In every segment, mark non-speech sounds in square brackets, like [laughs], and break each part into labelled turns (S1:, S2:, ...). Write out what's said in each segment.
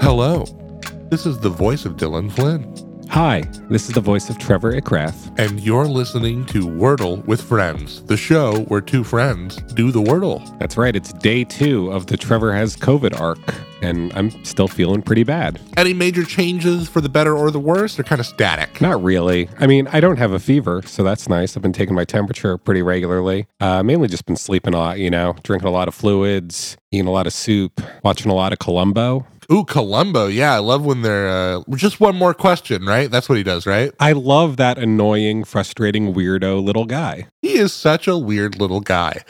S1: Hello. This is the voice of Dylan Flynn,
S2: Hi, this is the voice of Trevor Ickrath.
S1: and you're listening to Wordle with Friends, the show where two friends do the Wordle.
S2: That's right, it's day two of the Trevor Has COVID arc, and I'm still feeling pretty bad.
S1: Any major changes for the better or the worse? They're kind of static.
S2: Not really. I mean, I don't have a fever, so that's nice. I've been taking my temperature pretty regularly. Uh, mainly just been sleeping a lot, you know, drinking a lot of fluids, eating a lot of soup, watching a lot of Columbo.
S1: Ooh, Columbo. Yeah, I love when they're. Uh, just one more question, right? That's what he does, right?
S2: I love that annoying, frustrating, weirdo little guy.
S1: He is such a weird little guy.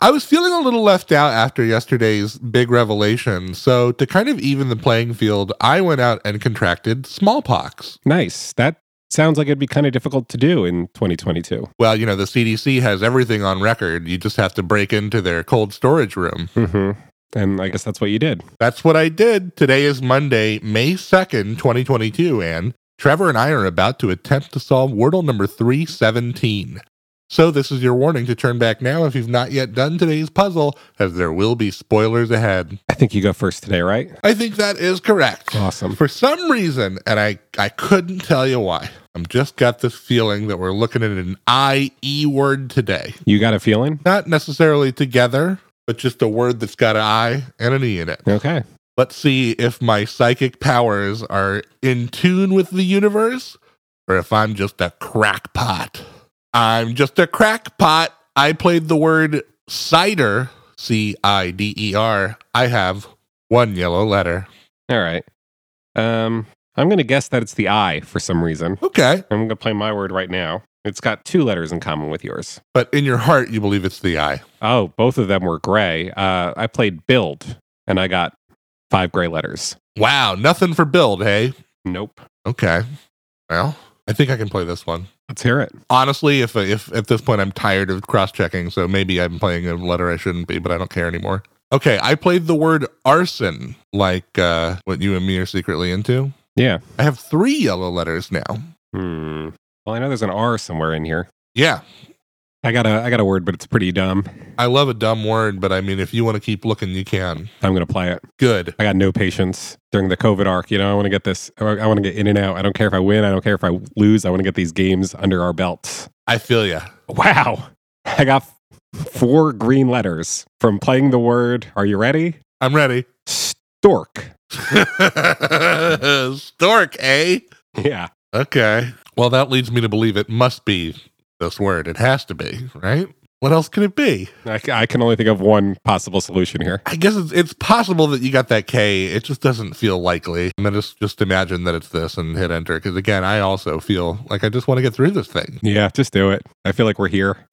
S1: I was feeling a little left out after yesterday's big revelation, so to kind of even the playing field, I went out and contracted smallpox.
S2: Nice. That sounds like it'd be kind of difficult to do in 2022.
S1: Well, you know, the CDC has everything on record. You just have to break into their cold storage room.
S2: hmm And I guess that's what you did.
S1: That's what I did. Today is Monday, May 2nd, 2022, and Trevor and I are about to attempt to solve Wordle number 317. So, this is your warning to turn back now if you've not yet done today's puzzle, as there will be spoilers ahead.
S2: I think you go first today, right?
S1: I think that is correct.
S2: Awesome.
S1: For some reason, and I, I couldn't tell you why, I'm just got this feeling that we're looking at an IE word today.
S2: You got a feeling?
S1: Not necessarily together, but just a word that's got an I and an E in it.
S2: Okay.
S1: Let's see if my psychic powers are in tune with the universe or if I'm just a crackpot. I'm just a crackpot. I played the word cider, C I D E R. I have one yellow letter.
S2: All right. Um, I'm going to guess that it's the I for some reason.
S1: Okay.
S2: I'm going to play my word right now. It's got two letters in common with yours.
S1: But in your heart, you believe it's the I.
S2: Oh, both of them were gray. Uh, I played build and I got five gray letters.
S1: Wow. Nothing for build, hey?
S2: Nope.
S1: Okay. Well, I think I can play this one.
S2: Let's hear it.
S1: honestly, if if at this point I'm tired of cross checking, so maybe I'm playing a letter I shouldn't be, but I don't care anymore. Okay, I played the word arson, like uh, what you and me are secretly into.
S2: Yeah.
S1: I have three yellow letters now.
S2: Hmm. Well, I know there's an R somewhere in here.
S1: Yeah,
S2: I got a I got a word, but it's pretty dumb.
S1: I love a dumb word, but I mean, if you want to keep looking, you can.
S2: I'm going to play it.
S1: Good.
S2: I got no patience during the COVID arc. You know, I want to get this. I want to get in and out. I don't care if I win. I don't care if I lose. I want to get these games under our belts.
S1: I feel ya.
S2: Wow. I got f- four green letters from playing the word. Are you ready?
S1: I'm ready. [laughs]
S2: Stork.
S1: Stork, eh?
S2: Yeah.
S1: Okay. Well, that leads me to believe it must be this word. It has to be, right? What else could it be?
S2: I, c- I can only think of one possible solution here.
S1: I guess it's, it's possible that you got that K. It just doesn't feel likely. I'm gonna just, just imagine that it's this and hit enter. Because again, I also feel like I just want to get through this thing.
S2: Yeah, just do it. I feel like we're [laughs] here.
S1: [laughs]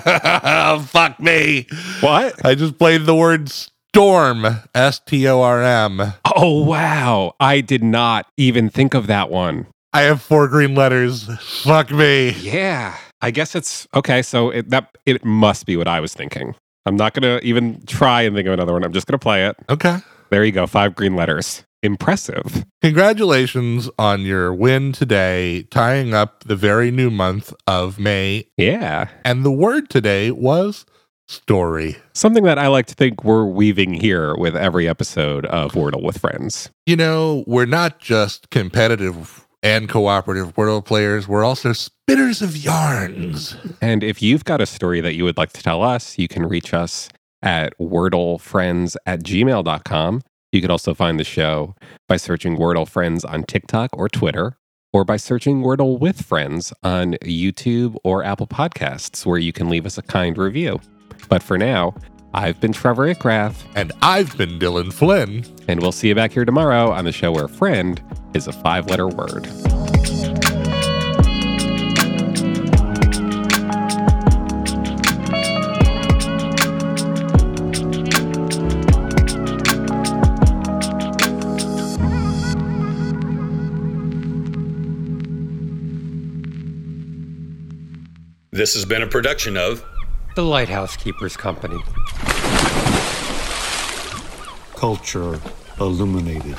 S1: Fuck me!
S2: What?
S1: I just played the word storm. S T O R M.
S2: Oh, wow. I did not even think of that one.
S1: I have four green letters. Fuck me.
S2: Yeah. I guess it's okay. So it, that it must be what I was thinking. I'm not going to even try and think of another one. I'm just going to play it.
S1: Okay.
S2: There you go. Five green letters. Impressive.
S1: Congratulations on your win today, tying up the very new month of May.
S2: Yeah.
S1: And the word today was story.
S2: Something that I like to think we're weaving here with every episode of Wordle with Friends.
S1: you know, we're not just competitive and cooperative Wordle players, we're also spinners of yarns.
S2: And if you've got a story that you would like to tell us, you can reach us at wordlefriends at gmail.com. You can also find the show by searching Wordle Friends on TikTok or Twitter, or by searching Wordle with Friends on YouTube or Apple Podcasts, where you can leave us a kind review. But for now, I've been Trevor Ickrath,
S1: And I've been Dylan Flynn.
S2: and we'll see you back here tomorrow on the show where friend is a five letter word.
S3: This has been a production of
S4: The Lighthouse Keepers Company.
S5: culture illuminated.